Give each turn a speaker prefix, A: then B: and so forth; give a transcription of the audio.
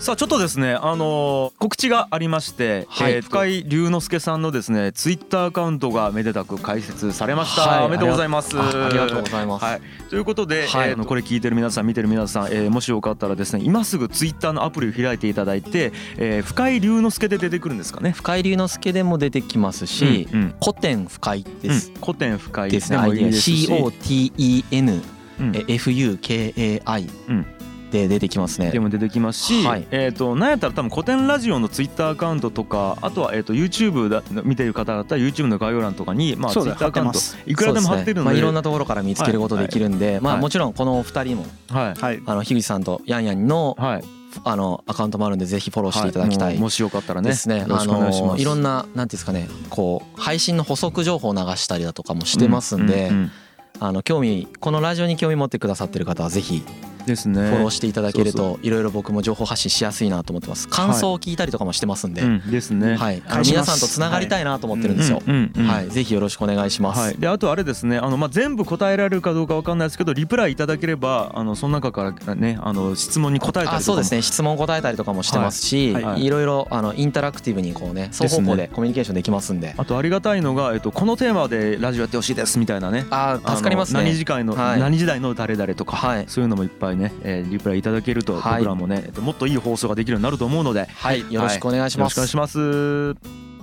A: さあちょっとですねあのー告知がありまして、
B: はい
A: えー深井龍之介さんのですねツイッターアカウントがめでたく開設されました、
B: はい
A: おめでとうございます
B: あありがとうございます。
A: はい、ということで、
B: はい
A: えーあのこれ聞いてる皆さん見てる皆さん、えーもしよかったらですね今すぐツイッターのアプリを開いていただいて、えー深井龍之介で出てくるんですかね。
B: 深井龍之介でも出てきますし、
A: うんうん
B: 古典深井
A: う
B: で
A: ん
B: す。、
A: 古典深井
B: ですね、
A: もういい
B: ID
A: ですし
B: COTEN
A: うん
B: え FUKAI
A: うん
B: で出てきますね
A: で。も出てきますし、
B: はい
A: えっ、となんやったら多分古典ラジオのツイッターアカウントとかあとはえっ、と YouTube だ見てる方だったら YouTube の概要欄とかにまあツ
C: そ
A: イ
C: うだ
A: ッターアカウント
C: 貼って
A: いくらでも
B: そう
A: 貼って
B: すね
A: るの
B: まあ
A: で
B: いろんなところから見つけることできるんで、ま
A: は
B: あ
A: い
B: もちろんこのお二人も
A: はい
C: はい
B: あの樋口さんとヤンヤンの
A: はい
B: あのアカウントもあるんでぜひフォローしていただきた
A: はいもうもしよかったらね
B: ですね。
A: よろ
B: あ
A: しくお願いしま
B: の
A: す
B: いろんななんていうんですかね、こう配信の補足情報を流したりだとかもしてますんで
A: う、う
B: あの興味このラジオに興味持ってくださってる方はぜひ
A: うんですね
B: フォローしていただける
A: そ
B: といろいろ僕も情報発信しやすいなと思ってます。感想を聞いたりとかもしてますんで、
A: う
B: はい。
A: んですね
B: あの
C: お願いしま
B: 皆
C: す
B: さんとつながりたいなと思ってるんですよ。
A: うんうんうん
B: はい、ぜひよろしくお願いします。
A: はい、であとあれですねあの、まあ、全部答えられるかどうかわかんないですけどリプライいただければあのその中からねあの質問に答えた
B: あ、
A: りと
B: そう
A: かも
B: ですね。質問答えたりとかもしてますし、
A: はいいはい
B: ろいろあのインタラクティブにこうね、双方向
A: で
B: でコミュニケーションできますんで。
A: あとありがたいのが、えっと、このテーマでラジオやってほしいですみたいなね
B: あー、助かります
A: あの何
B: ね。
A: 時間の、
B: はい
A: 何時代の誰々とか、
B: はい
A: そういうのもいっぱいね、えーリプライいただけると
B: はい
A: 僕らもね、えっともっといい放送ができるようになると思うので、
B: はい、よろしくお願いし
A: よろ
B: ま
A: しくお願い
B: す
A: し。ます。